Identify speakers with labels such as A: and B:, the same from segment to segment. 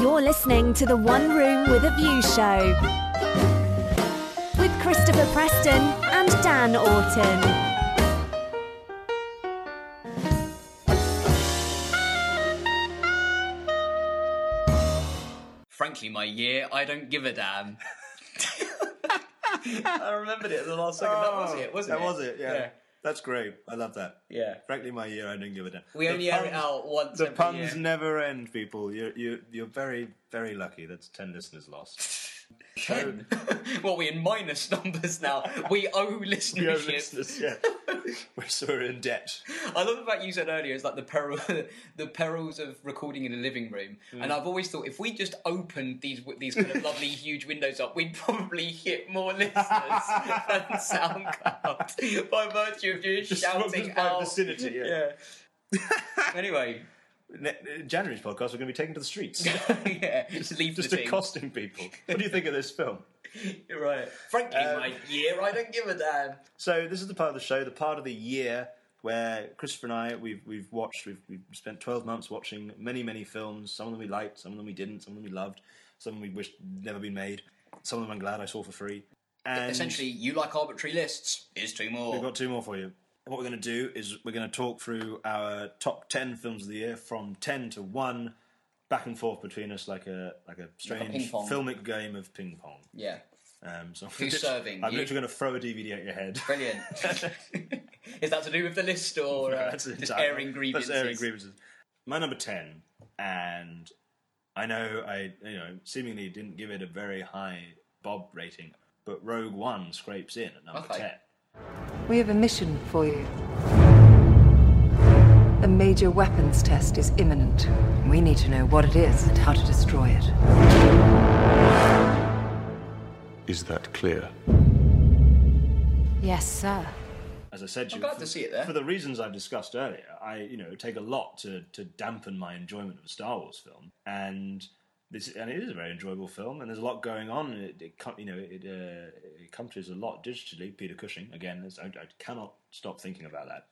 A: You're listening to the One Room with a View show with Christopher Preston and Dan Orton.
B: Frankly, my year, I don't give a damn. I remembered it at the last second. that was it, wasn't
C: Oh, that
B: it?
C: was it, yeah. That's great. I love that.
B: Yeah. yeah.
C: Frankly, my year, I don't give a damn.
B: We
C: The
B: only air it
C: puns-
B: out once
C: The
B: every
C: puns
B: year.
C: never end, people. You're, you you're very, very lucky. That's 10 listeners lost.
B: Ten. well, we're in minus numbers now. We owe
C: We owe
B: listenership.
C: listeners, yeah. We're so in debt.
B: I love the fact you said earlier is like the peril, the perils of recording in a living room.
C: Hmm.
B: And I've always thought if we just opened these w- these kind of lovely huge windows up, we'd probably hit more listeners than SoundCloud by virtue of you shouting
C: just by
B: out.
C: vicinity, yeah.
B: anyway,
C: Ne- in January's podcast, we're going to be taken to the streets.
B: yeah, just leave
C: Just
B: the thing.
C: accosting people. What do you think of this film?
B: You're right. Frankly,
C: Um,
B: my year, I don't give a damn.
C: So this is the part of the show, the part of the year where Christopher and I we've we've watched we've, we've spent twelve months watching many many films. Some of them we liked, some of them we didn't, some of them we loved, some we wished had never been made. Some of them I'm glad I saw for free. And
B: Essentially, you like arbitrary lists. Here's two more.
C: we've got two more for you. And what we're going to do is we're going to talk through our top ten films of the year from ten to one, back and forth between us like a like a
B: ping
C: strange
B: pong.
C: filmic game of ping pong.
B: yeah,
C: Um, so I'm
B: Who's
C: literally-
B: serving?
C: I'm
B: You?
C: literally going to throw a DVD at your head.
B: brilliant. Is that to do with the list or uh,
C: That's
B: just
C: entirely-
B: airing grievances?
C: That's airing grievances. My number ten, and I know I you know seemingly didn't give it a very high Bob rating, but Rogue One scrapes in at number
B: Okay.
C: ten.
D: We have a mission for you. A major weapons test is imminent. We need to know what it is and how to destroy it.
E: Is that clear?
D: Yes, sir.
C: As I said, to
B: I'm
C: you,
B: glad
C: for,
B: to see it there.
C: for the reasons I've discussed earlier. I you know take a lot to to dampen my enjoyment of a Star Wars film, and this and it is a very enjoyable film, and there's a lot going on. and It, it com- you know it, uh, it accomplishes a lot digitally. Peter Cushing again, it's- I, I cannot stop thinking about that.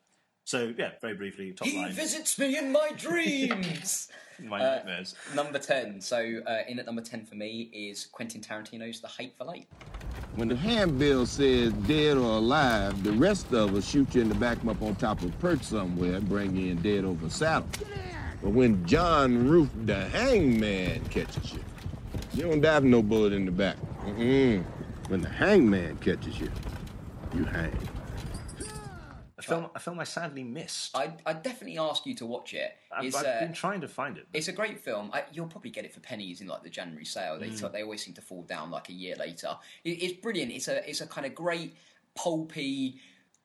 C: So yeah, very briefly, top
B: He
C: line.
B: visits me in my dreams. Uh,
C: my nightmares.
B: number ten. So uh, in at number ten for me is Quentin Tarantino's The Hateful Eight.
F: When the handbill says dead or alive, the rest of us shoot you in the back up on top of a perch somewhere and bring you in dead over saddle. But when John Roof the hangman catches you, you don't dive no bullet in the back. Mm-mm. When the hangman catches you, you hang.
C: A film, a film I sadly missed.
B: I I definitely ask you to watch it.
C: I've,
B: It's,
C: I've
B: uh,
C: been trying to find it.
B: It's a great film. I, you'll probably get it for pennies in like the January sale. They
C: Mm.
B: t- they always seem to fall down like a year later. It, it's brilliant. It's a it's a kind of great pulpy,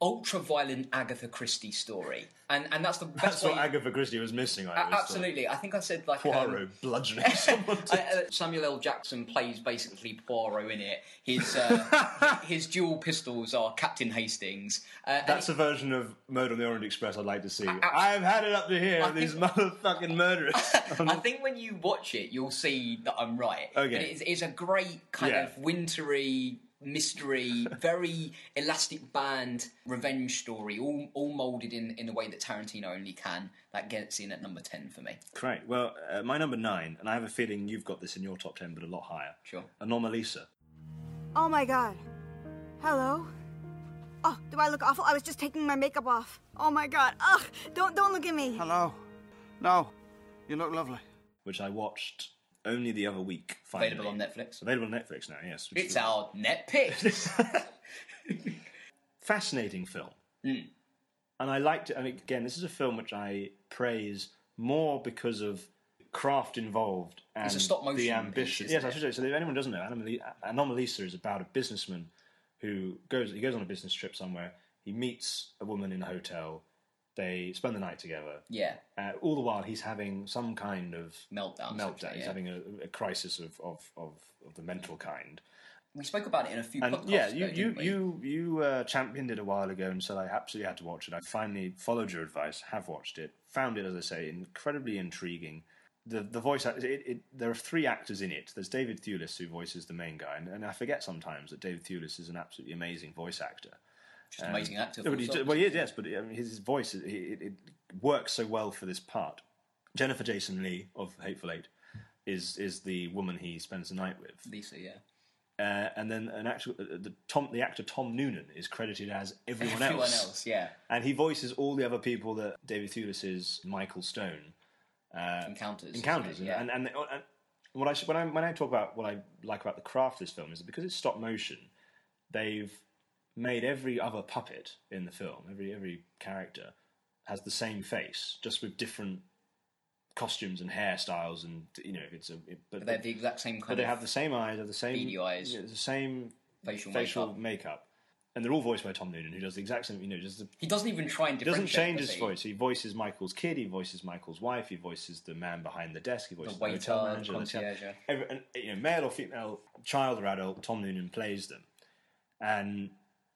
B: ultra violent Agatha Christie story, and and that's the best
C: That's
B: way.
C: what Agatha Christie was missing. I
B: A-
C: always thought.
B: absolutely, I think I said like um,
C: Poirot bludgeoning someone.
B: I,
C: To...
B: uh, Samuel L. Jackson plays basically Poirot in it. His uh, his dual pistols are Captain Hastings. Uh, and
C: That's
B: it-
C: a version of Murder on the Orient Express I'd like to see. I've had it up to here.
B: I
C: these
B: think-
C: motherfucking murderers.
B: I think when you watch it, you'll see that I'm right.
C: Okay.
B: But it's, it's a great kind
C: Yeah.
B: of wintry mystery, very elastic band revenge story, all all molded in in the way that Tarantino only can. That gets in at number ten for me.
C: Great. Well, uh, my number nine, and I have a feeling you've got this in your top ten, but a lot higher.
B: Sure.
C: Anomalisa.
G: Oh my god. Hello? Oh, do I look awful? I was just taking my makeup off. Oh my god. Ugh, don't don't look at me.
H: Hello. No, you look lovely.
C: Which I watched only the other week. Finally.
B: Available on Netflix.
C: Available on Netflix now. Yes. which
B: It's
C: is-
B: our net picks.
C: fascinating film.
B: Hmm.
C: And I liked it. And again, this is a film which I praise more because of craft involved and
B: a stop motion
C: the
B: piece,
C: ambition.
B: isn't
C: yes, I
B: it?
C: should say. So if anyone doesn't know, Anomali- Anomalisa is about a businessman who goes. He goes on a business trip somewhere. He meets a woman in a hotel. They spend the night together.
B: yeah,
C: Uh, all the while, he's having some kind of
B: meltdown.
C: meltdown. He's
B: yeah.
C: having a, a crisis of, of, of, of the mental kind
B: We spoke about it in a few
C: and
B: podcasts.
C: yeah, you
B: though,
C: you
B: didn't we?
C: you you uh, championed it a while ago and said I absolutely had to watch it. I finally followed your advice, have watched it, found it as I say incredibly intriguing. The the voice act- it, it, there are three actors in it. There's David Thewlis who voices the main guy, and, and I forget sometimes that David Thewlis is an absolutely amazing voice actor. Um,
B: just amazing actor.
C: No, but
B: full
C: he,
B: stop.
C: well, he is, yes, but I mean, his voice it, it, it works so well for this part. Jennifer Jason Lee of Hateful Eight is is the woman he spends the night with.
B: Lisa, yeah.
C: Uh, and then an actual uh, the Tom the actor Tom Noonan is credited as everyone,
B: Everyone
C: else.
B: else, yeah.
C: and he voices all the other people that David Thewlis's Michael Stone
B: Encounters.
C: Uh, encounters.
B: Yeah.
C: And, uh, and, and what I should, when I when I talk about what I like about the craft of this film is that because it's stop motion, they've made every other puppet in the film, every every character has the same face, just with different costumes and hairstyles, and you know it's a it- but,
B: but they're the exact same kind
C: but they
B: of
C: have the same eyes, have the same
B: beady eyes.
C: yeah, the same
B: facial,
C: facial
B: makeup.
C: makeup. And they're all voiced by Tom Noonan, who does the exact same, you know, just the
B: He doesn't even try and
C: he doesn't
B: differentiate.
C: change
B: does
C: his
B: he?
C: voice. He voices Michael's kid. He voices Michael's wife. He voices the man behind the desk. He voices the,
B: waiter,
C: hotel manager, the hotel-
B: concierge, yeah.
C: every- and, you know, male or female, child or adult. Tom Noonan plays them, and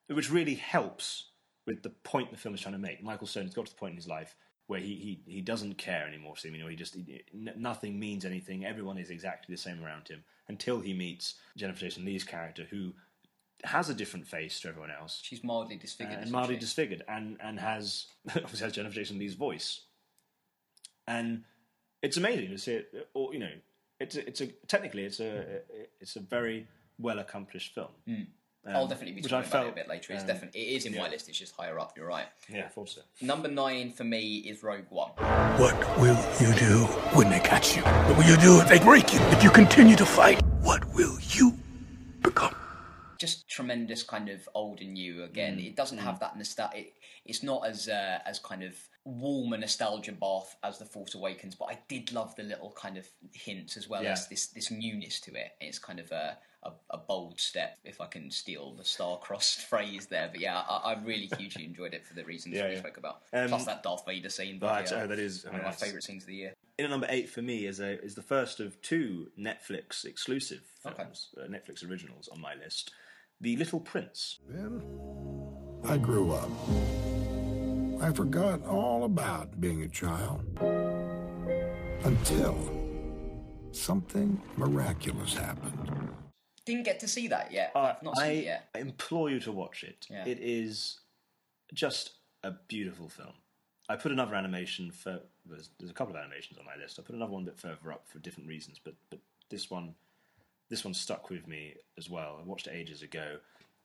C: which really helps with the point the film is trying to make. Michael Stone's got to the point in his life where he he, he doesn't care anymore. So, you know, he just he, n- nothing means anything. Everyone is exactly the same around him until he meets Jennifer Jason Lee's character, who has a different face to everyone else
B: She's mildly disfigured.
C: Uh, and
B: isn't
C: mildly
B: she?
C: disfigured, and and has obviously has Jennifer Jason Lee's voice, and it's amazing to see it. Or you know, it's a, it's a technically it's a it's a very well accomplished film.
B: Hmm.
C: Um,
B: I'll definitely be
C: which
B: talking
C: I
B: about it
C: felt,
B: a bit later. It's
C: um,
B: definitely it is in my
C: yeah.
B: list. It's just higher up. You're right.
C: Yeah, I thought so.
B: Number nine for me is Rogue One.
I: What will you do when they catch you? What will you do if they break you? If you continue to fight, what will you become?
B: just tremendous kind of old and new again.
C: Mm,
B: It doesn't have that nostalgia. It, it's not as uh, as kind of warm a nostalgia bath as the Force Awakens, but I did love the little kind of hints as well
C: Yeah.
B: as this this newness to it. It's kind of a a, a bold step, if I can steal the star-crossed phrase there. But yeah, I, I really hugely enjoyed it for the reasons
C: Yeah,
B: we
C: yeah.
B: spoke about.
C: Um,
B: Plus that Darth Vader scene.
C: But
B: yeah,
C: uh, that is
B: one of my
C: that's-
B: favourite scenes of the year.
C: In at number eight for me is a is the first of two Netflix exclusive films, uh, Netflix originals on my list. The Little Prince.
I: I grew up. I forgot all about being a child. Until something miraculous happened.
B: Didn't get to see that yet.
C: Uh,
B: Oh, I've not
C: I
B: seen it yet.
C: implore you to watch it.
B: Yeah.
C: It is just a beautiful film. I put another animation for. There's, there's a couple of animations on my list. I put another one a bit further up for different reasons, but but this one, this one stuck with me as well. I watched it ages ago.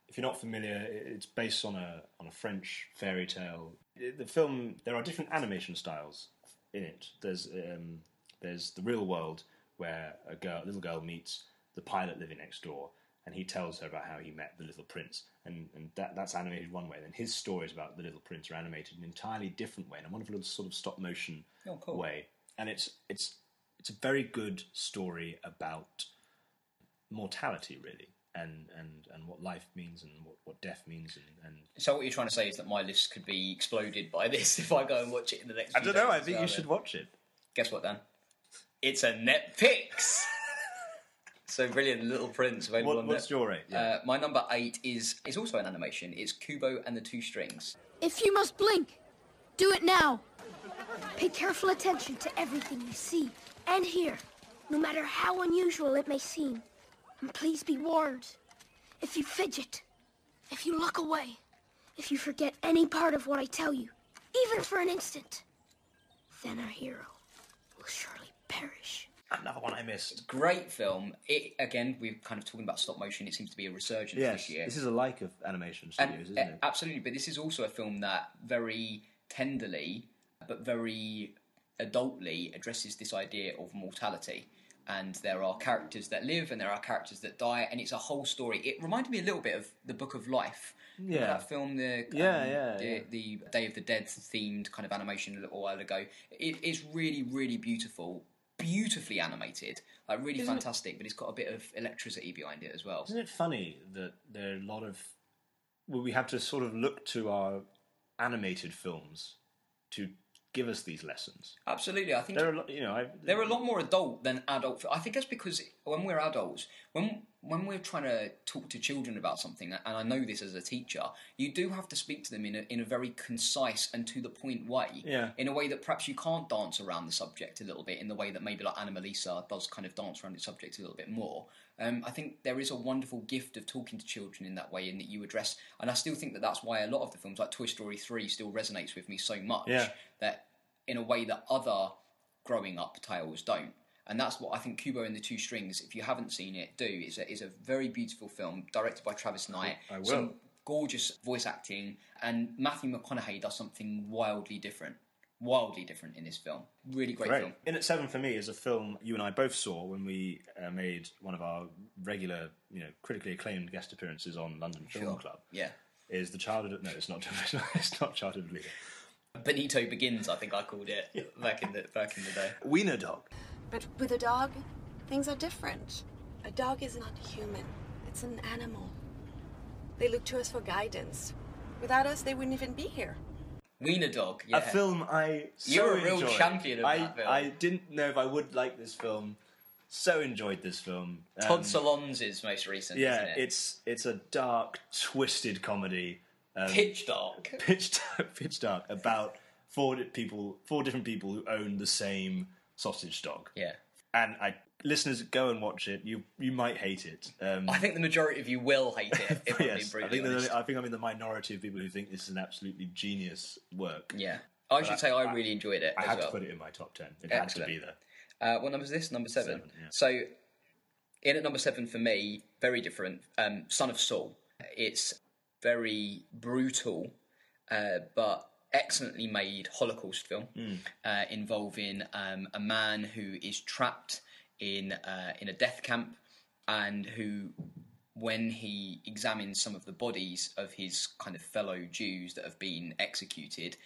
C: If you're not familiar, i- it's based on a on a French fairy tale. I- The film there are different animation styles in it. There's um, there's the real world where a girl, a little girl, meets the pilot living next door, and he tells her about how he met the little prince, and and that that's animated one way. Then his stories about the little prince are animated in an entirely different way, in a wonderful little sort of stop motion
B: Oh, cool.
C: way, and it's it's it's a very good story about mortality, really, and and and what life means and what, what death means, and, and
B: So what you're trying to say is that my list could be exploded by this if I go and watch it in the next. few days as well, then.
C: watch it.
B: Guess what, Dan? It's a Netflix. so brilliant, Little Prince. Available
C: What,
B: on
C: what's
B: Net-
C: your rate? Yeah.
B: Uh, my number eight is is also an animation. It's Kubo and the Two Strings.
J: If you must blink, do it now. Pay careful attention to everything you see and hear, no matter how unusual it may seem. And please be warned if you fidget, if you look away, if you forget any part of what I tell you, even for an instant, then our hero will surely perish.
C: Another one I missed.
B: Great film. It again, we're kind of talking about stop motion. It seems to be a resurgence
C: Yes,
B: this year.
C: this is a like of animation
B: And,
C: studios, isn't
B: uh,
C: it?
B: Absolutely, but this is also a film that very tenderly, but very adultly addresses this idea of mortality. And there are characters that live, and there are characters that die, and it's a whole story. It reminded me a little bit of the Book of Life. Remember
C: Yeah.
B: that film, the
C: Yeah,
B: um,
C: yeah,
B: the,
C: yeah.
B: the Day of the Dead themed kind of animation a little while ago. It is really, really beautiful, beautifully animated, like really fantastic. But it's got a bit of electricity behind it as well.
C: Isn't it funny that there are a lot of well, we have to sort of look to our animated films to give us these lessons.
B: Absolutely, I think
C: There are, a lot, you know, I,
B: They're a lot more adult than adult. fi- I think that's because when we're adults, when when we're trying to talk to children about something, and I know this as a teacher, you do have to speak to them in a, in a very concise and to the point way.
C: Yeah.
B: In a way that perhaps you can't dance around the subject a little bit, in the way that maybe like Animalisa does kind of dance around its subject a little bit more. Um, I think there is a wonderful gift of talking to children in that way, in that you address, and I still think that that's why a lot of the films like Toy Story Three still resonates with me so much
C: Yeah.
B: that in a way that other growing up tales don't. And that's what I think Kubo and the Two Strings, if you haven't seen it, do. It's a, it's a very beautiful film directed by Travis Knight.
C: I will.
B: Some gorgeous voice acting, and Matthew McConaughey does something wildly different. Wildly different in this film. Really great,
C: Great.
B: film.
C: In at Seven for me is a film you and I both saw when we uh, made one of our regular, you know, critically acclaimed guest appearances on London Film
B: Sure.
C: Club.
B: Yeah.
C: Is the childhood? No, it's not. It's not, it's not childhood leader.
B: Benito Begins, I think I called it back in the back in the day.
C: Wiener dog.
K: But with a dog, things are different. A dog is not human, it's an animal. They look to us for guidance. Without us, they wouldn't even be here.
B: Wiener Dog. Yeah. Um,
C: A film I so
B: You were a real
C: enjoyed.
B: champion of
C: I,
B: that film.
C: I didn't know if I would like this film. So enjoyed this film. Um,
B: Todd Solondz is most recent.
C: Yeah,
B: isn't it?
C: it's it's a dark, twisted comedy. Um,
B: Pitch dark.
C: Pitch dark. Pitch dark about four di- people, four different people who own the same sausage dog.
B: Yeah.
C: And I listeners go and watch it. You you might hate it. Um,
B: I think the majority of you will hate it. If I'm being
C: yes, I
B: brutally
C: think,
B: honest.
C: that- I think I'm in the minority of people who think this is an absolutely genius work.
B: Yeah, I
C: But
B: should say I really enjoyed it.
C: I
B: as
C: had
B: well.
C: to put it in my top ten. It
B: Excellent.
C: had to be there.
B: Uh, what number is this? Number seven.
C: Seven, yeah.
B: So, in at number seven for me, very different. Um, Son of Saul. It's very brutal, uh, but excellently made Holocaust film
C: Hmm.
B: uh, involving um, a man who is trapped in uh, in a death camp and who when he examines some of the bodies of his kind of fellow Jews that have been executed,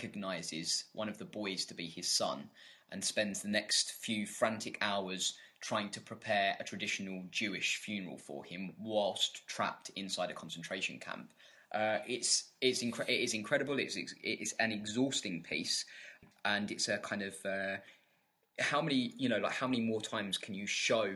B: recognizes one of the boys to be his son and spends the next few frantic hours trying to prepare a traditional Jewish funeral for him whilst trapped inside a concentration camp. Uh, it's it's incre- it is incredible. It's it's it's an exhausting piece, and it's a kind of uh, how many you know like how many more times can you show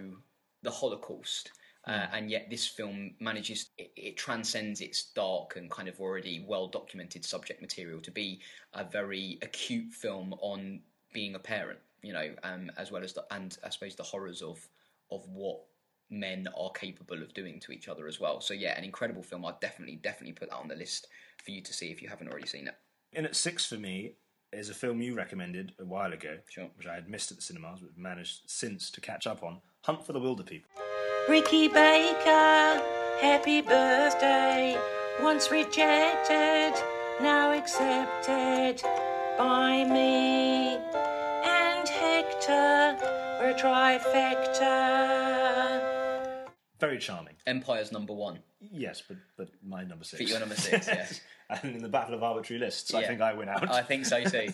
B: the holocaust
C: Mm.
B: uh, and yet this film manages it, it transcends its dark and kind of already well documented subject material to be a very acute film on being a parent you know um, as well as the and i suppose the horrors of of what men are capable of doing to each other as well so yeah an incredible film i'd definitely definitely put that on the list for you to see if you haven't already seen it
C: In at six for me is a film you recommended a while ago,
B: Sure.
C: which I had missed at the cinemas, but managed since to catch up on. Hunt for the Wilder People.
L: Ricky Baker, happy birthday. Once rejected, now accepted by me and Hector. We're a trifecta.
C: Very charming.
B: empire's number one
C: Yes, but but my number six.
B: For your number six, yes.
C: and in the battle of arbitrary lists, I
B: Yeah.
C: think I went out.
B: I think so too.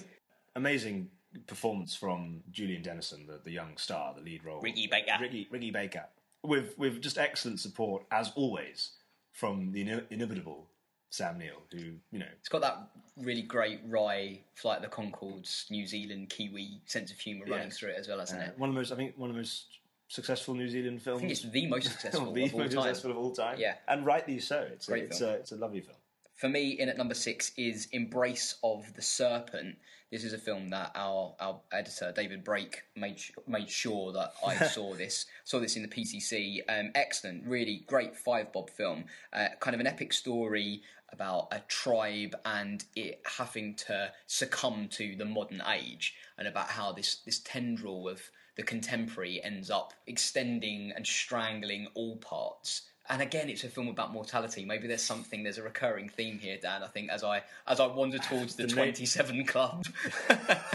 C: Amazing performance from Julian Dennison, the, the young star, the lead role.
B: Ricky Baker.
C: Ricky, Ricky Baker. With with just excellent support as always from the inu- inimitable Sam Neill, who you know
B: It's got that really great wry Flight of the Concords, New Zealand Kiwi sense of humour running
C: Yes.
B: through it as well, hasn't
C: Uh,
B: it?
C: One of the most, I think, one of the most successful New Zealand films.
B: I think it's the most successful
C: the
B: of all
C: most
B: time.
C: successful of all time.
B: Yeah.
C: and rightly so. It's
B: Great
C: a, it's,
B: film.
C: a, it's a lovely film.
B: For me, in at number six is Embrace of the Serpent. This is a film that our, our editor David Brake made su- made sure that I saw this saw this in the PCC. Um, excellent, really great five bob film. Uh, kind of an epic story about a tribe and it having to succumb to the modern age, and about how this this tendril of the contemporary ends up extending and strangling all parts and again it's a film about mortality maybe there's something there's a recurring theme here dan i think as i as i wander towards the,
C: The na-
B: 27 club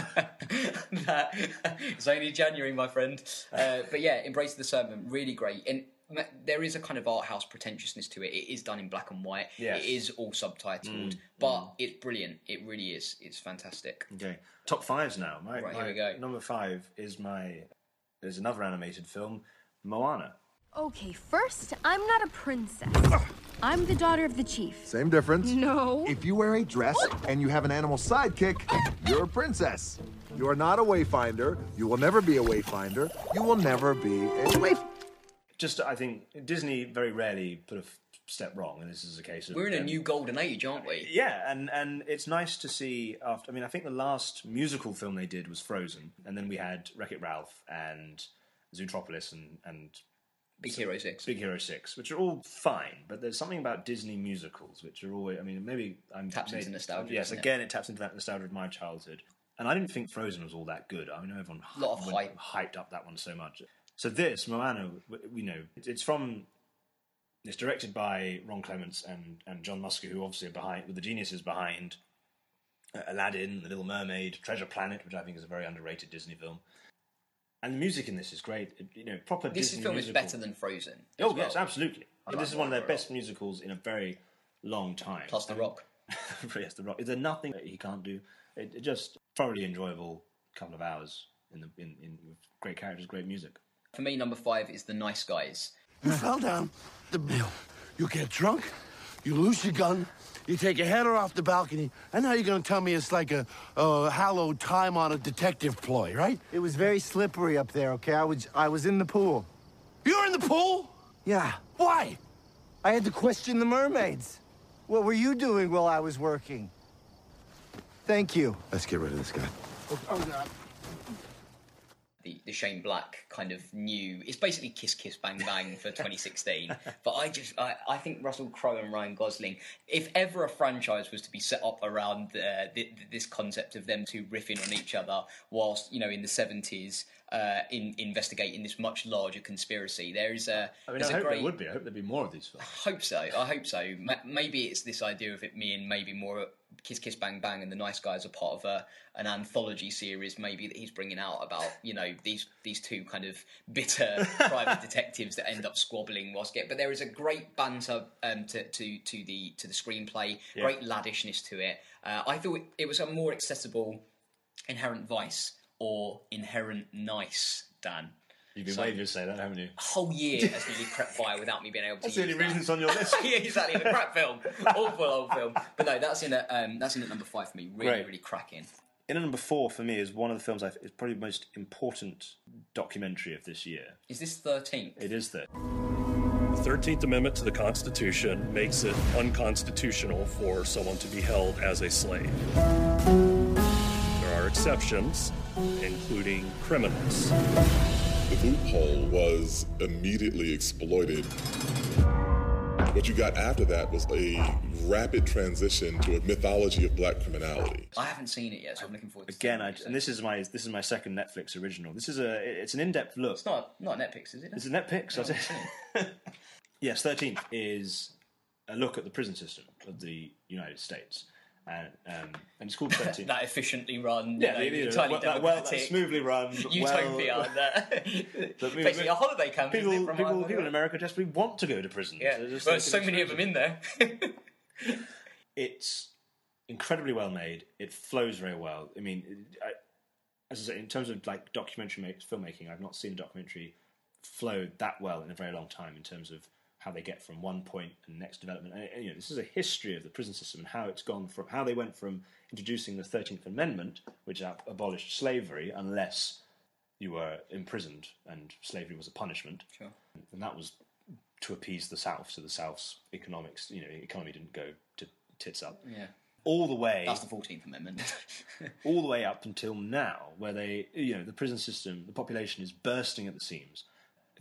B: that, it's only january my friend uh, but yeah embrace the sermon really great and ma- there is a kind of art house pretentiousness to it it is done in black and white
C: Yes.
B: it is all subtitled but it's brilliant it really is it's fantastic
C: Okay, top fives now. My,
B: Right, here
C: my
B: we go.
C: Number five is my. There's another animated film, Moana.
M: Okay, first, I'm not a princess. I'm the daughter of the chief.
N: Same difference.
M: No.
N: If you wear a dress and you have an animal sidekick, you're a princess. You are not a wayfinder. You will never be a wayfinder. You will never be a wayf.
C: Just, I think Disney very rarely put a f- step wrong, and this is a case of
B: we're in a
C: them-
B: new golden age aren't we
C: Yeah, and and it's nice to see. After I mean, I think the last musical film they did was Frozen, and then we had Wreck It Ralph and Zootropolis and and
B: Big Hero oh Six,
C: Big Hero Six, which are all fine, but there's something about Disney musicals which are always. I mean, maybe I'm
B: Taps into
C: maybe-
B: nostalgia,
C: Yes,
B: doesn't it?
C: again, it taps into that nostalgia of my childhood. And I didn't think Frozen was all that good. I know everyone
B: Lot of
C: went- hyped up that one so much. So this Moana, w- you know, it- it's from. It's directed by Ron Clements and, and John Musker, who obviously are behind, were the geniuses behind uh, Aladdin, The Little Mermaid, Treasure Planet, which I think is a very underrated Disney film. And the music in this is great. It- you know, proper
B: This
C: Disney
B: film
C: musical.
B: is better than Frozen.
C: Oh
B: as
C: yes,
B: well.
C: absolutely.
B: I like
C: this is one of their
B: Moana a lot.
C: best musicals in a very long time.
B: Plus The Rock.
C: yes, The Rock. Is there nothing that he can't do? It, it just thoroughly enjoyable couple of hours in the in, in with great characters, great music.
B: For me, number five is The Nice Guys.
I: You fell down Um, the bill. You get drunk, you lose your gun, you take a header off the balcony, and now you're gonna tell me it's like a, a hallowed time on a detective ploy, right?
O: It was very slippery up there, okay? I was I was in the pool. You were in the pool? Yeah. Why? I had to question the mermaids. What were you doing while I was working? Thank you.
I: Let's get rid of this guy.
O: Oh,
B: The, the Shane Black kind of new. It's basically Kiss Kiss Bang Bang for 2016. but I just I, I think Russell Crowe and Ryan Gosling. If ever a franchise was to be set up around uh, th- th- this concept of them two riffing on each other, whilst you know in the 70s. Uh, in investigating this much larger conspiracy, there is a
C: I mean,
B: there's a
C: I hope
B: great
C: there would be. I hope there'd be more of these films.
B: hope so. I hope so. M- maybe it's this idea of it being maybe more Kiss Kiss Bang Bang and the Nice Guys are part of a an anthology series, maybe that he's bringing out about you know these these two kind of bitter private detectives that end up squabbling whilst get. But there is a great banter um, to to to the to the screenplay,
P: Yeah.
B: great laddishness to it. Uh, I thought it was a more accessible inherent vice or inherent nice, Dan.
C: You've been
B: So-
C: waiting to say that, haven't you?
B: Whole year has nearly crept by without me being able to.
C: That's
B: use
C: the only
B: that
C: reason it's on your list.
B: yeah, exactly. The crap film, awful old film. But no, that's in at um, that's in at number five for me. Really,
C: Right.
B: really cracking.
C: In at number four for me is one of the films I th- is probably the most important documentary of this year.
B: Is this thirteen?
C: It is that.
Q: The 13th Amendment to the Constitution makes it unconstitutional for someone to be held as a slave. There are exceptions, including criminals.
R: The loophole was immediately exploited. What you got after that was a rapid transition to a mythology of black criminality.
B: I haven't seen it yet, so I'm looking forward. to
C: Again, I, and this is my this is my second Netflix original. This is a it's an in depth look. It's
B: not not Netflix, is it?
C: It's a Netflix. I said.
B: Oh,
C: yes, thirteenth is a look at the prison system of the United States, and um, and it's called thirteenth.
B: that efficiently run,
C: Yeah,
B: you know,
C: they- they-
B: entirely
C: well, that- well, that
B: democratic,
C: smoothly run,
B: utopia.
C: well-
B: that-
C: But we-
B: basically, a holiday camp.
C: People,
B: isn't it, from
C: people,
B: Ireland?
C: people in America just we want to go to prison.
B: Yeah,
C: They're just
B: well, there's
C: thinking
B: so
C: it's
B: many of them in there.
C: it's incredibly well made. It flows very well. I mean, it- I, as I say, in terms of like documentary make, filmmaking, I've not seen a documentary flow that well in a very long time. In terms of how they get from one point and next development, and, and, you know, this is a history of the prison system and how it's gone from how they went from introducing the Thirteenth Amendment, which ab- abolished slavery unless you were imprisoned and slavery was a punishment,
B: Sure.
C: and that was to appease the South, so the South's economics, you know, economy didn't go to tits up
B: yeah,
C: all the way
B: that's the Fourteenth Amendment.
C: all the way up until now where they you know the prison system the population is bursting at the seams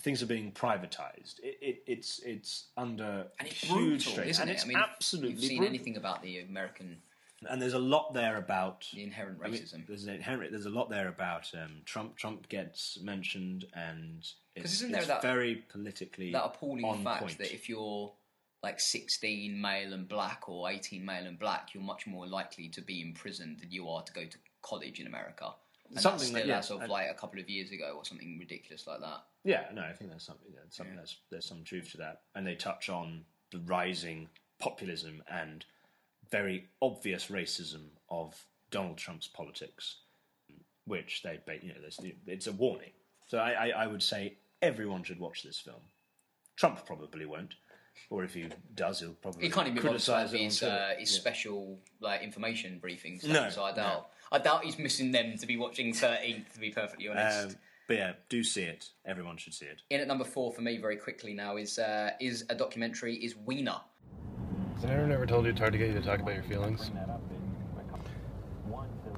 C: things are being privatized it, it, it's it's under
B: And it's
C: huge
B: brutal,
C: strain
B: isn't
C: and
B: it?
C: it's
B: I mean, if
C: absolutely
B: you've seen
C: brutal.
B: anything about the American
C: and there's a lot there about
B: the inherent
C: I mean,
B: racism?
C: there's, an inherent, there's a lot there about um, Trump. Trump gets mentioned, and
B: 'Cause
C: it's,
B: isn't there
C: it's
B: that-
C: very politically
B: that appalling
C: on
B: fact
C: point.
B: that if you're like 16 male and black or 18 male and black, you're much more likely to be imprisoned than you are to go to college in America. And that's
C: Something that-
B: still
C: yeah,
B: as of
C: I-
B: like a couple of years ago or something ridiculous like that.
C: Yeah, no, I think there's something, yeah, something that's there's some truth to that, and they touch on the rising populism and very obvious racism of Donald Trump's politics, which they, ba- you know, there's, it's a warning. So I, I, I would say everyone should watch this film. Trump probably won't, or if he does, he'll probably
B: He can't even
C: criticize
B: criticize
C: it. on
B: his,
C: Twitter.
B: uh, his
C: Yeah.
B: special like information briefings.
C: No,
B: so I
C: no.
B: doubt I doubt he's missing them to be watching 13th. To be perfectly honest.
C: Um, but yeah, do see it. Everyone should see it.
B: In at number four for me, very quickly now is uh, is a documentary is Wiener.
S: Has anyone ever told you it's hard to get you to talk about your feelings?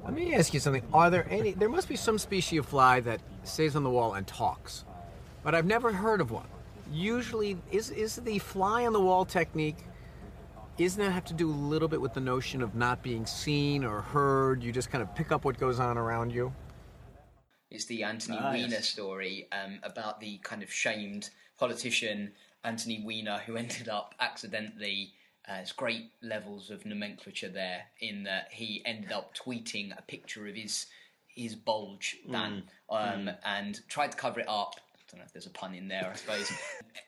T: Let me ask you something. Are there any? There must be some species of fly that stays on the wall and talks, but I've never heard of one. Usually, is is the fly on the wall technique Isn't that have to do a little bit with the notion of not being seen or heard? You just kind of pick up what goes on around you.
B: It's the Anthony
T: Ah, yes.
B: Weiner story um, about the kind of shamed politician Anthony Weiner who ended up accidentally. Uh, there's great levels of nomenclature there in that he ended up tweeting a picture of his his bulge
C: Mm.
B: Dan um, and tried to cover it up. I don't know if there's a pun in there, I suppose.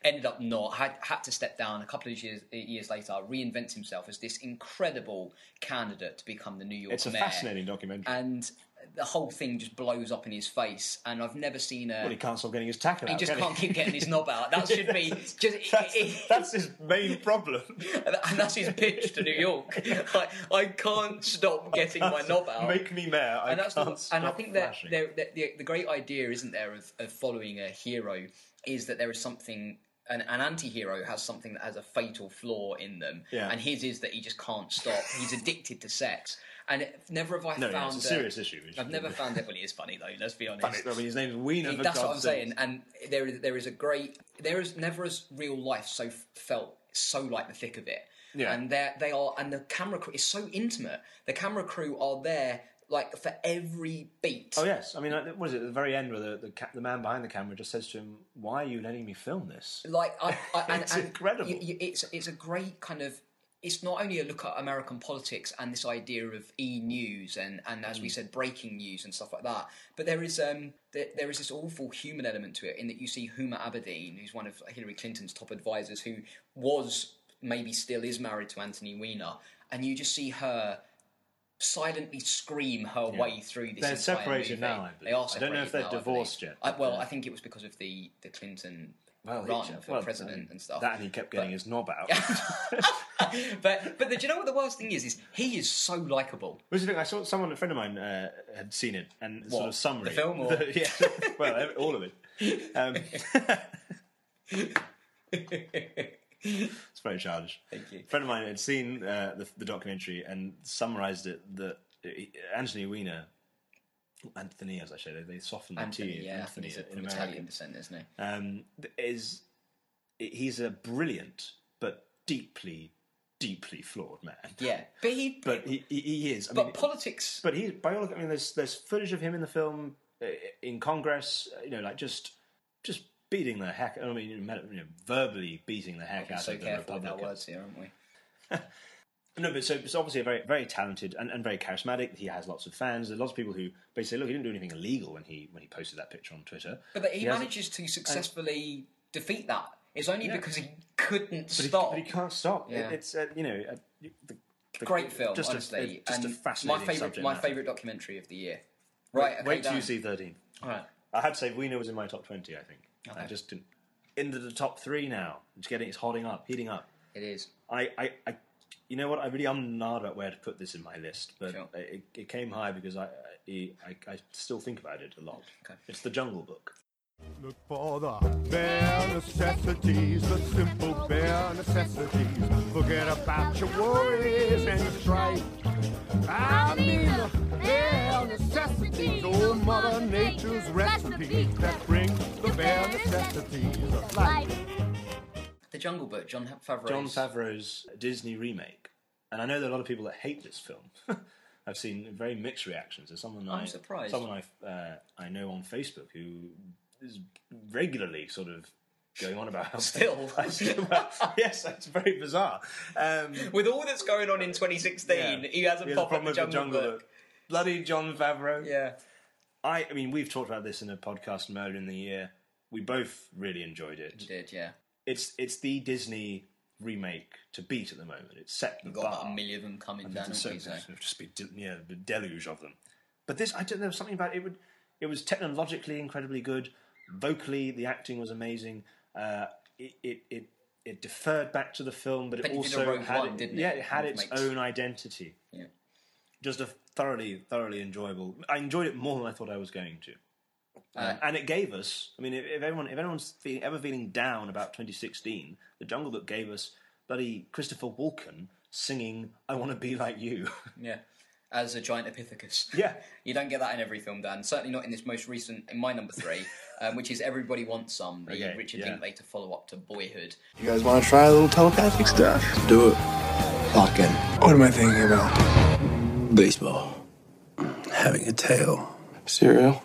B: Ended up not had had to step down a couple of years years later. Reinvents himself as this incredible candidate to become the New York
C: It's a
B: mayor.
C: fascinating documentary.
B: And the whole thing just blows up in his face, and I've never seen a.
C: Well, he can't stop getting his tackle
B: He
C: out.
B: just
C: can
B: can't keep getting his knob out. That should be just.
C: That's, that's his main problem.
B: and that's his pitch to New York. I, I can't stop getting my knob out.
C: Make me mayor. I
B: and that's the-
C: can't
B: and I
C: stop
B: think that,
C: flashing.
B: there- that the, the great idea isn't there of, of following a hero is that there is something an, an anti-hero has something that has a fatal flaw in them
C: Yeah.
B: and his is that he just can't stop he's addicted to sex and it, never have I
C: No, yeah,
B: found
C: it's a serious issue, which-
B: I've never found it well he is funny though let's be honest
C: Funny, I mean, his name's Wiener. for
B: that's what
C: God's
B: I'm
C: sake.
B: saying. And there is there is a great there is never as real life so f- felt so like the thick of it.
C: Yeah.
B: And they they are and the camera crew is so intimate. The camera crew are there like for every beat.
C: Oh yes, I mean, like, what is it? At the very end, where the the, ca- the man behind the camera just says to him, "Why are you letting me film this?"
B: Like I, I and,
C: It's
B: and
C: incredible.
B: You, you, it's it's a great kind of. It's not only a look at American politics and this idea of e news and, and as
C: Mm.
B: we said breaking news and stuff like that, but there is um there, there is this awful human element to it in that you see Huma Abedin, who's one of Hillary Clinton's top advisors, who was maybe still is married to Anthony Weiner, and you just see her silently scream her
C: Yeah.
B: way through this.
C: They're
B: entire
C: separated
B: movie.
C: now,
B: they
C: I
B: are
C: believe. I don't
B: separated
C: know if they're
B: now, I believe.
C: divorced yet,
B: I,
C: but
B: well,
C: they're-
B: I think it was because of the the Clinton
C: Well, he-
B: run for
C: well, um,
B: president and stuff.
C: That and he kept getting his knob out.
B: But but the, do you know what the worst thing is? Is he is so likable.
C: Which is the thing, I saw someone, a friend of mine, uh, had seen it and sort
B: What,
C: of summary.
B: the film or-
C: The- yeah, well, ev- all of it. Um, it's very childish.
B: Thank you.
C: A friend of mine had seen uh, the, the documentary and summarised it that uh, Anthony Weiner, Anthony, as I say, they, they softened the
B: Anthony,
C: T.
B: yeah,
C: Anthony
B: Anthony's
C: in
B: from
C: America
B: Italian descent, isn't he?
C: um, is he's a brilliant but deeply, deeply flawed man.
B: Yeah, but he,
C: but he, he, he is. I
B: but
C: mean,
B: politics.
C: But he, by all, I mean, there's there's footage of him in the film uh, in Congress. uh, You know, like just just beating the heck. I mean, you know, you know, verbally beating the heck out
B: so
C: of the
B: careful about
C: Republicans.
B: words here, aren't we?
C: No, but so it's obviously a very, very talented and, and very charismatic. He has lots of fans. There's lots of people who basically say, look, he didn't do anything illegal when he when he posted that picture on Twitter.
B: But that he,
C: has-
B: manages to successfully defeat that. It's only
C: Yeah.
B: because he couldn't
C: but he-
B: stop.
C: but He, can't stop. It-
B: Yeah.
C: it's uh, you know, uh, the, the-
B: Great film,
C: just a-
B: honestly.
C: a, just a
B: and
C: fascinating
B: my favorite,
C: subject
B: my
C: matter.
B: favorite documentary of the year. Right,
C: Wait,
B: okay,
C: wait till
B: Dan.
C: you see thirteen.
B: All right.
C: I had to say Wiener was in my top twenty. I think I
B: Okay.
C: just didn't. Into the top three now. It's getting. It's holding up. Heating up.
B: It is.
C: I. I. I you know what? I really am not about where to put this in my list, but it, it came high because I, I, I, I still think about it a lot. It's the Jungle Book.
P: Look for the bare necessities, the simple bare necessities. Forget about your worries and your strife. I mean the bare necessities, old Mother Nature's recipe that brings the bare necessities of life.
B: The Jungle Book, John Favreau.
C: John Favreau's Disney remake, and I know there are a lot of people that hate this film. I've seen very mixed reactions. There's someone
B: I'm
C: I,
B: surprised.
C: Someone I uh, I know on Facebook who is regularly sort of going on about how
B: Still.
C: I still- yes, that's very bizarre. Um,
B: With all that's going on in 2016, he has a
C: he has
B: pop
C: problem
B: up the
C: with
B: Jungle,
C: the Jungle
B: Book.
C: Bloody John Favreau.
B: Yeah.
C: I, I mean, we've talked about this in a podcast mode in the year. We both really enjoyed it.
B: did, yeah.
C: It's it's the Disney remake to beat at the moment. It's set the
B: We've got
C: bar.
B: about a million of them coming
C: And
B: down. haven't
C: then so
B: we, so-
C: it would just be de- yeah, the deluge of them. But this, I don't know, there was something about it. Would it was technologically incredibly good, vocally the acting was amazing. Uh, it, it it it deferred back to the film, but it
B: But it did a
C: also
B: Rogue
C: had
B: One,
C: it,
B: didn't it?
C: yeah, it had
B: It
C: its
B: makes-
C: own identity.
B: Yeah.
C: Just a thoroughly thoroughly enjoyable. I enjoyed it more than I thought I was going to. Uh,
B: Uh,
C: and it gave us. I mean, if, if everyone, if anyone's feeling, ever feeling down about 2016, the Jungle Book gave us bloody Christopher Walken singing "I Want to Be Like You."
B: Yeah. as a giant Epithecus.
C: Yeah.
B: you don't get that in every film, Dan. Certainly not in this most recent, in my number three, um, which is Everybody Wants Some, the
I: Okay,
B: Richard
I: yeah.
B: Linklater follow up to Boyhood.
I: You guys want to try a little telepathic stuff? Do it. Lock in. What am I thinking about? Baseball. Having a tail. Cereal.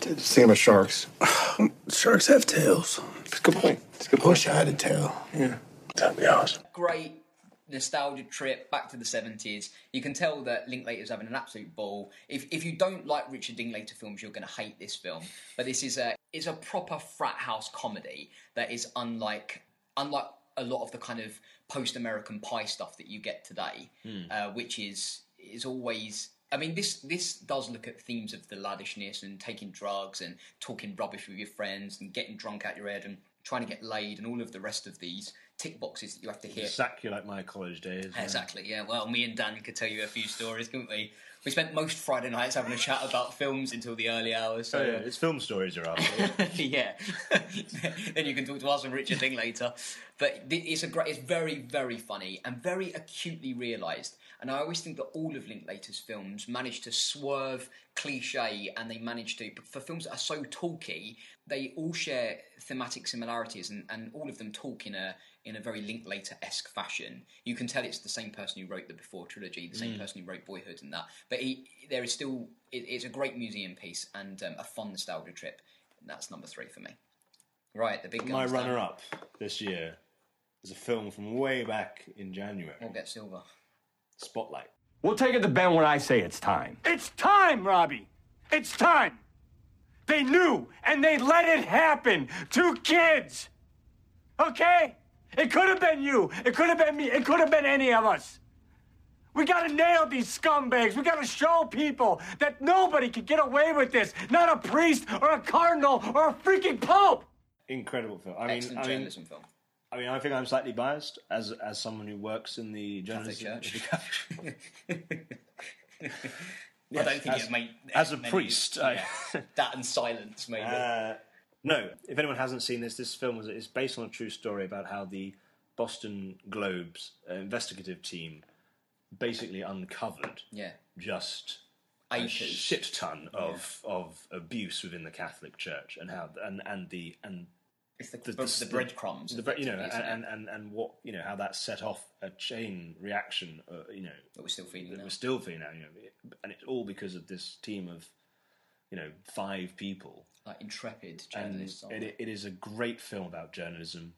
I: Just thinking about sharks. sharks have tails. It's a good point. It's a good point. Wish I had a tail. Yeah. That'd be awesome.
B: Great nostalgia trip back to the 70s. You can tell that Linklater's having an absolute ball. If, if you don't like Richard Linklater films, you're going to hate this film. But this is a, it's a proper frat house comedy that is unlike, unlike a lot of the kind of post American Pie stuff that you get today. uh, which is is always. I mean, this this does look at themes of the laddishness and taking drugs and talking rubbish with your friends and getting drunk out your head and trying to get laid and all of the rest of these tick boxes that you have to hit.
C: Sack you like my college days. yeah.
B: Exactly. Yeah. Well, me and Dan could tell you a few stories, couldn't we? We spent most Friday nights having a chat about films until the early hours. So
C: Oh, yeah, it's film stories you're after.
B: yeah. then you can talk to us and Richard Thing later. But th- it's a great, it's very, very funny and very acutely realised. And I always think that all of Linklater's films manage to swerve cliche, and they manage to. But for films that are so talky, they all share thematic similarities, and, and all of them talk in a in a very Linklater-esque fashion. You can tell it's the same person who wrote the Before trilogy, the same
C: Mm.
B: person who wrote Boyhood and that. But he, there is still, it, it's a great museum piece and um, a fun nostalgia trip. And that's number three for me. Right, the big guns.
C: My
B: Dan.
C: runner up this year is a film from way back in January.
B: We'll get silver.
C: Spotlight.
U: We'll take it to Ben when I say it's time.
V: It's time, Robbie. It's time. They knew and they let it happen. Two kids. Okay? It could have been you. It could have been me. It could have been any of us. We gotta nail these scumbags. We gotta show people that nobody can get away with this. Not a priest or a cardinal or a freaking pope.
C: Incredible film. I mean,
V: Excellent
C: I mean,
V: journalism
B: film.
C: I mean, I think I'm slightly biased as as someone who works in the journalism
B: church.
C: of the Catholic
B: I don't think
C: as,
B: it made
C: as a
B: many-
C: priest.
B: yeah.
C: I,
B: that and silence, maybe.
C: Uh, no, if anyone hasn't seen this, this film was it's based on a true story about how the Boston Globe's uh, investigative team basically uncovered
B: yeah.
C: just
B: Acres.
C: a shit ton of of abuse within the Catholic Church and how and and the and
B: It's the, the breadcrumbs,
C: the, bre- you know,
B: effectively, isn't
C: and, and and and what you know how that set off a chain reaction, uh, you know,
B: that we're still feeling,
C: that we're still feeling now, you know, it- and it's all because of this team of, you know, five people,
B: like intrepid
C: And
B: journalists. aren't
C: it, it is a great film about journalism,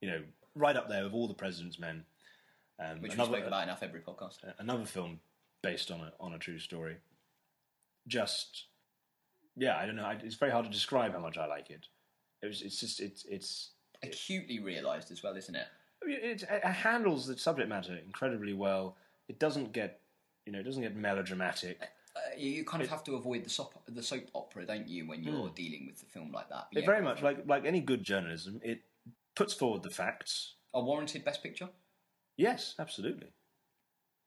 C: you know, right up there with all the President's Men. Um, uh,
B: Which we spoke about enough every podcast.
C: Another film based on a on a true story. Just, yeah, I don't know. I, it's very hard to describe how much I like it. It was, it's just it's it's
B: acutely realised as well, isn't it?
C: I mean, it, it handles the subject matter incredibly well. It doesn't get, you know, it doesn't get melodramatic.
B: Uh, you, you kind of have to avoid the soap, the soap opera, don't you, when you're dealing with a film like that? But
C: Hmm. It
B: yeah,
C: very much like like any good journalism. It puts forward the facts.
B: A warranted best picture.
C: Yes, absolutely.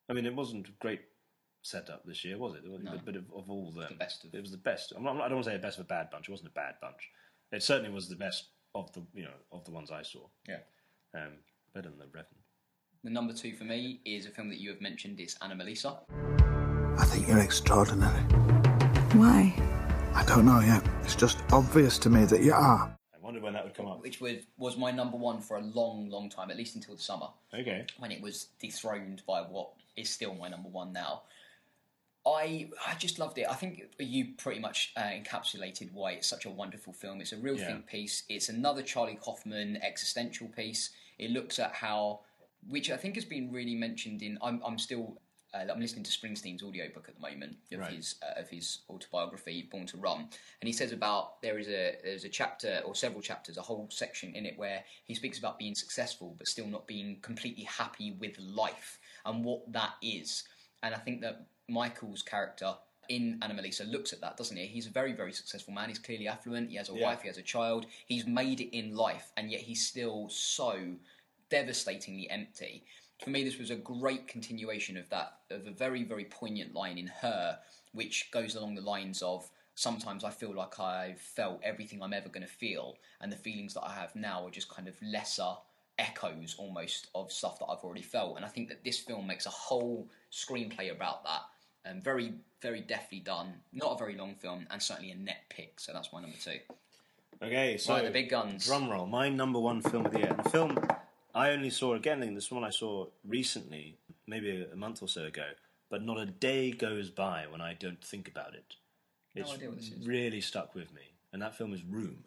C: I mean, it wasn't a great setup this year, was it? It was-
B: No.
C: But, but of, of all the,
B: best of
C: it was the best. I'm not, I don't want to say the best of a bad bunch. It wasn't a bad bunch. It certainly was the best of the you know of the ones I saw.
B: Yeah.
C: Um, better than the Revenant.
B: The number two for me is a film that you have mentioned. It's Animalisa.
W: I think you're extraordinary.
G: Why?
W: I don't know yet. It's just obvious to me that you are.
C: I wondered when that would come up.
B: Which was was my number one for a long, long time, at least until the summer.
C: Okay.
B: When it was dethroned by what is still my number one now. I I just loved it. I think you pretty much uh, encapsulated why it's such a wonderful film. It's a real
C: Yeah.
B: think piece. It's another Charlie Kaufman existential piece. It looks at how, which I think has been really mentioned in. I'm I'm still uh, I'm listening to Springsteen's audiobook at the moment of
X: Right.
B: his uh, of his autobiography Born to Run, and he says about there is a there's a chapter or several chapters, a whole section in it where he speaks about being successful but still not being completely happy with life and what that is. And I think that Michael's character in Animalisa looks at that, doesn't he? He's a very, very successful man. He's clearly affluent. He has a
X: Yeah.
B: wife. He has a child. He's made it in life, and yet he's still so devastatingly empty. For me, this was a great continuation of that, of a very, very poignant line in her, which goes along the lines of sometimes I feel like I've felt everything I'm ever going to feel, and the feelings that I have now are just kind of lesser echoes almost of stuff that I've already felt. And I think that this film makes a whole screenplay about that Um, very, very deftly done. Not a very long film, and certainly a net pick. So that's my number two.
C: Okay, so
B: Right, the big guns.
C: Drum roll. My number one film of the year, and a film I only saw again. I think this one I saw recently, maybe a month or so ago. But not a day goes by when I don't think about it.
B: No
C: It's
B: idea what this is.
C: really stuck with me, and that film is Room.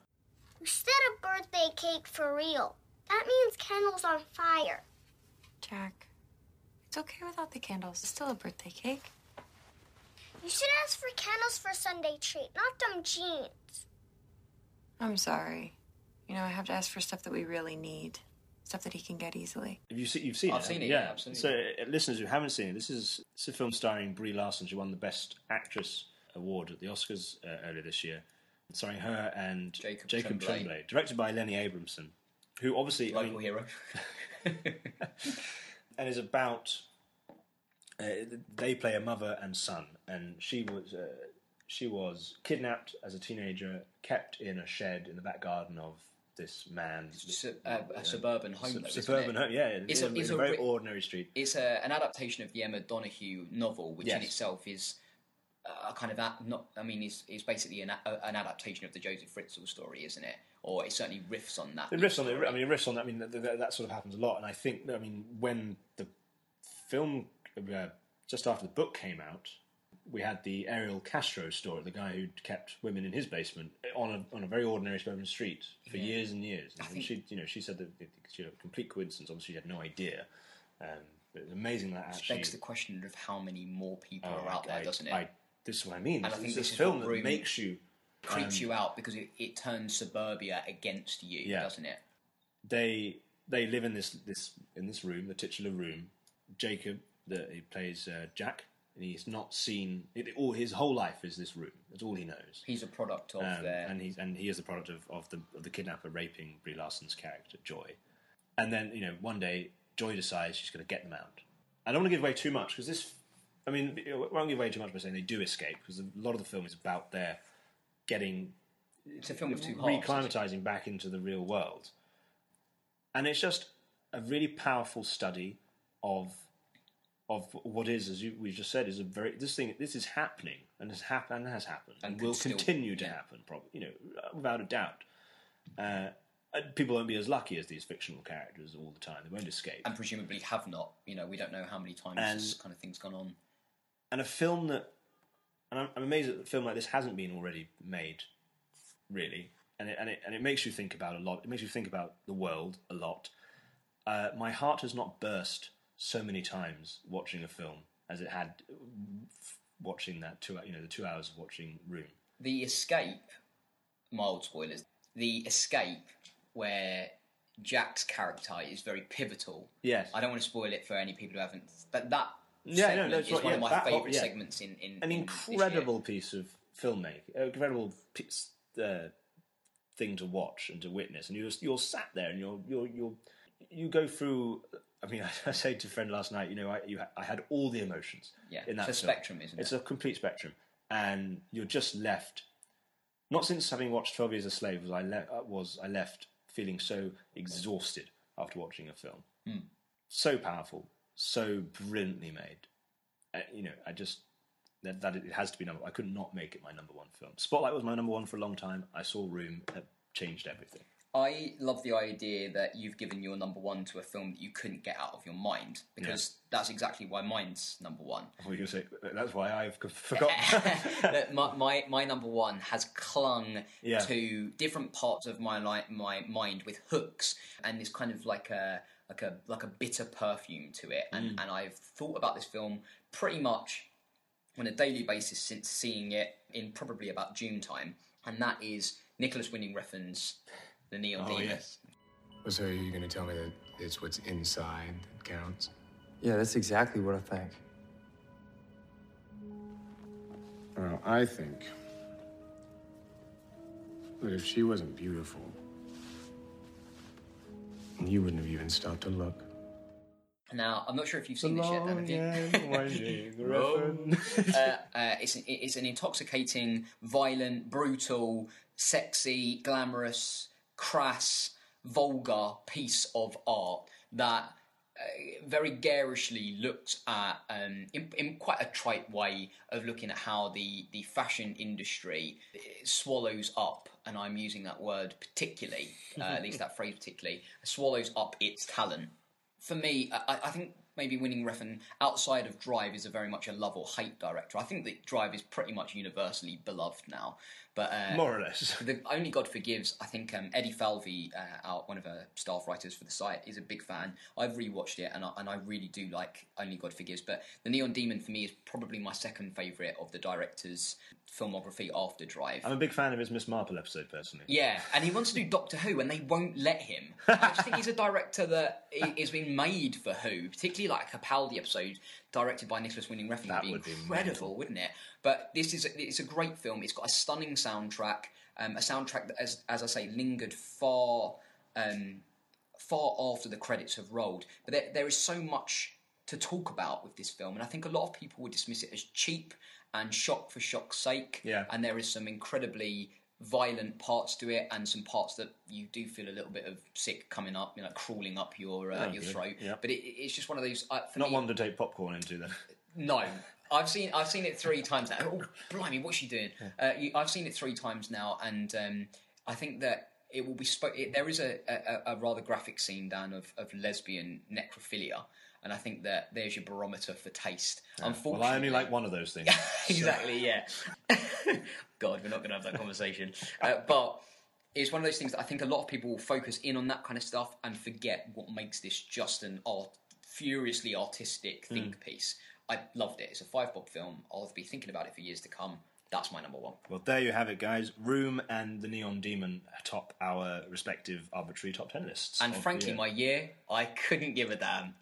A: Instead of birthday cake for real, that means Kendall's on fire.
K: Jack, it's okay without the candles. It's still a birthday cake.
A: You should ask for Kendall's for Sunday treat, not dumb jeans.
K: I'm sorry. You know, I have to ask for stuff that we really need, stuff that he can get easily.
C: Have you seen? You've seen
B: I've
C: it.
B: seen
C: haven't
B: it,
C: you?
B: yeah, absolutely.
C: So, uh, listeners who haven't seen it, this is it's a film starring Brie Larson. She won the Best Actress award at the Oscars uh, earlier this year, starring her and Jacob,
B: Tremblay.
C: Tremblay. directed by Lenny Abramson, who obviously
B: Local hero.
C: and is about uh, they play a mother and son, and she was uh, she was kidnapped as a teenager, kept in a shed in the back garden of this man.
B: Su- uh, a suburban home,
C: Sub-
B: though, isn't
C: suburban
B: it?
C: home, yeah, in-
B: It's a-
C: in
B: it's
C: a
B: a
C: very
B: re-
C: ordinary street.
B: It's a, an adaptation of the Emma Donoghue novel, which in
C: Yes.
B: itself is a kind of a, not. I mean, it's, it's basically an, a, an adaptation of the Joseph Fritzl story, isn't it? Or it certainly riffs on that.
C: It riffs on it. I mean, it riffs on that. I mean, that, that, that sort of happens a lot. And I think, I mean, when the film uh, just after the book came out, we had the Ariel Castro story, the guy who kept women in his basement on a on a very ordinary suburban street for
B: Yeah.
C: years and years.
B: I
C: And
B: think-
C: she, you know, she said that it, it's, you know, complete coincidence. Obviously, she had no idea. Um, but it's amazing that
B: Which
C: actually
B: begs the question of how many more people
C: Oh,
B: are out
C: I-
B: there, doesn't it?
C: I- this is what I mean.
B: And I
C: It's
B: think
C: this
B: this is
C: film
B: what
C: that
B: Room
C: makes you
B: creeps
C: um,
B: you out because it, it turns suburbia against you,
C: Yeah.
B: doesn't it?
C: they they live in this this in this room, the titular room. Jacob, the, he plays uh, Jack, and he's not seen. It, all his whole life is this room. That's all he knows.
B: He's a product of
C: Um,
B: their.
C: and he's and he is the product of, of the of the kidnapper raping Brie Larson's character Joy. And then you know one day Joy decides she's going to get them out. I don't want to give away too much because this. I mean, I won't give away too much by saying they do escape because a lot of the film is about their getting
B: It's a film of two halves,
C: Reclimatizing back into the real world. And it's just a really powerful study of of what is, as you, we just said, is a very this thing. This is happening and has happened and has happened and,
B: could
C: will
B: still-
C: continue to happen. Probably, you know, without a doubt. Uh, and people won't be as lucky as these fictional characters all the time. They won't escape.
B: and presumably have not. You know, we don't know how many times
C: And-
B: this kind of thing's gone on.
C: and a film that, and I'm, I'm amazed that a film like this hasn't been already made, really. And it, and it and it makes you think about a lot. It makes you think about the world a lot. Uh, my heart has not burst so many times watching a film as it had uh, f- watching that two you know the two hours of watching Room.
B: The escape, mild spoilers. The escape where Jack's character is very pivotal.
C: Yes.
B: I don't want to spoil it for any people who haven't, but that
C: Yeah,
B: segment
C: no, that's
B: is
C: right,
B: one of
C: yeah,
B: my
C: that-
B: favourite
C: yeah.
B: segments in in
C: an
B: in this year.
C: incredible piece of filmmaking, an incredible piece, uh, thing to watch and to witness. And you're you're sat there and you're you're you're you go through. I mean, I, said to a friend last night, you know, I you, ha- I had all the emotions.
B: Yeah,
C: in that
B: it's a
C: film.
B: spectrum, isn't
C: It's
B: it?
C: a complete spectrum, and you're just left. Not since having watched Twelve Years a Slave was I le- uh, was I left feeling so exhausted after watching a film
B: Hmm.
C: so powerful, so brilliantly made. Uh, you know, I just that, that it has to be number. I could not make it my number one film. Spotlight was my number one for a long time. I saw Room. That changed everything.
B: I love the idea that you've given your number one to a film that you couldn't get out of your mind because that's exactly why mine's number one.
C: I thought you were gonna say uh, that's why I've c- forgotten.
B: that my, my my number one has clung
C: Yeah.
B: to different parts of my li- my mind with hooks and this kind of like a like a like a bitter perfume to it and
D: Mm.
B: and I've thought about this film pretty much on a daily basis since seeing it in probably about June time and that is Nicholas Winning Refn's The Neon Demon.
E: So you're gonna tell me that it's what's inside that counts?
D: Yeah, that's exactly what I think.
E: Well, I think that if she wasn't beautiful, you wouldn't have even stopped to look.
B: Now, I'm not sure if you've seen
E: The
B: this yet, Dan,
E: long
B: have you?
E: and winding
B: Wrong.
E: road.
B: uh, uh, it's, an, it's an intoxicating, violent, brutal, sexy, glamorous, crass, vulgar piece of art that uh, very garishly looks at, um, in, in quite a trite way, of looking at how the, the fashion industry uh, swallows up, and I'm using that word particularly, uh, at least that phrase particularly, swallows up its talent. For me, I, I- I think maybe Winning Refn, outside of Drive, is a very much a love or hate director. I think that Drive is pretty much universally beloved now. But uh,
C: More or less.
B: the Only God Forgives, I think um, Eddie Falvey, uh, our, one of our staff writers for the site, is a big fan. I've rewatched it and I, and I really do like Only God Forgives, but The Neon Demon for me is probably my second favourite of the director's filmography after Drive.
C: I'm a big fan of his Miss Marple episode personally.
B: Yeah, and he wants to do Doctor Who, and they won't let him. I just think he's a director that i- is being made for Who, particularly like a Capaldi episode directed by Nicholas Winning Refn. That would be incredible, wouldn't it? But this is it's a great film. It's got a stunning soundtrack, um, a soundtrack that, as as I say, lingered far. Um, far after the credits have rolled. But there, there is so much to talk about with this film, and I think a lot of people would dismiss it as cheap and shock for shock's sake.
C: Yeah.
B: And there is some incredibly violent parts to it, and some parts that you do feel a little bit of sick coming up, you know, crawling up your uh,
C: Oh,
B: your
C: good.
B: throat.
C: Yeah.
B: But it, it's just one of those. Uh, for
C: Not
B: me,
C: one to take popcorn into then.
B: no, I've seen I've seen it three times now. Oh, blimey, what's she doing? Uh, you, I've seen it three times now, and um, I think that it will be. Spo- it, there is a, a, a rather graphic scene down of, of lesbian necrophilia, and I think that there's your barometer for taste. Unfortunately,
C: Well, I only like one of those things.
B: exactly. Yeah. God, we're not going to have that conversation. Uh, but it's one of those things that I think a lot of people will focus in on that kind of stuff and forget what makes this just an art, furiously artistic think piece. I loved it. It's a five bob film. I'll be thinking about it for years to come. That's my number one.
C: Well, there you have it, guys. Room and the Neon Demon top our respective arbitrary top ten lists.
B: And
C: of the
B: frankly,
C: year.
B: my year, I couldn't give a damn.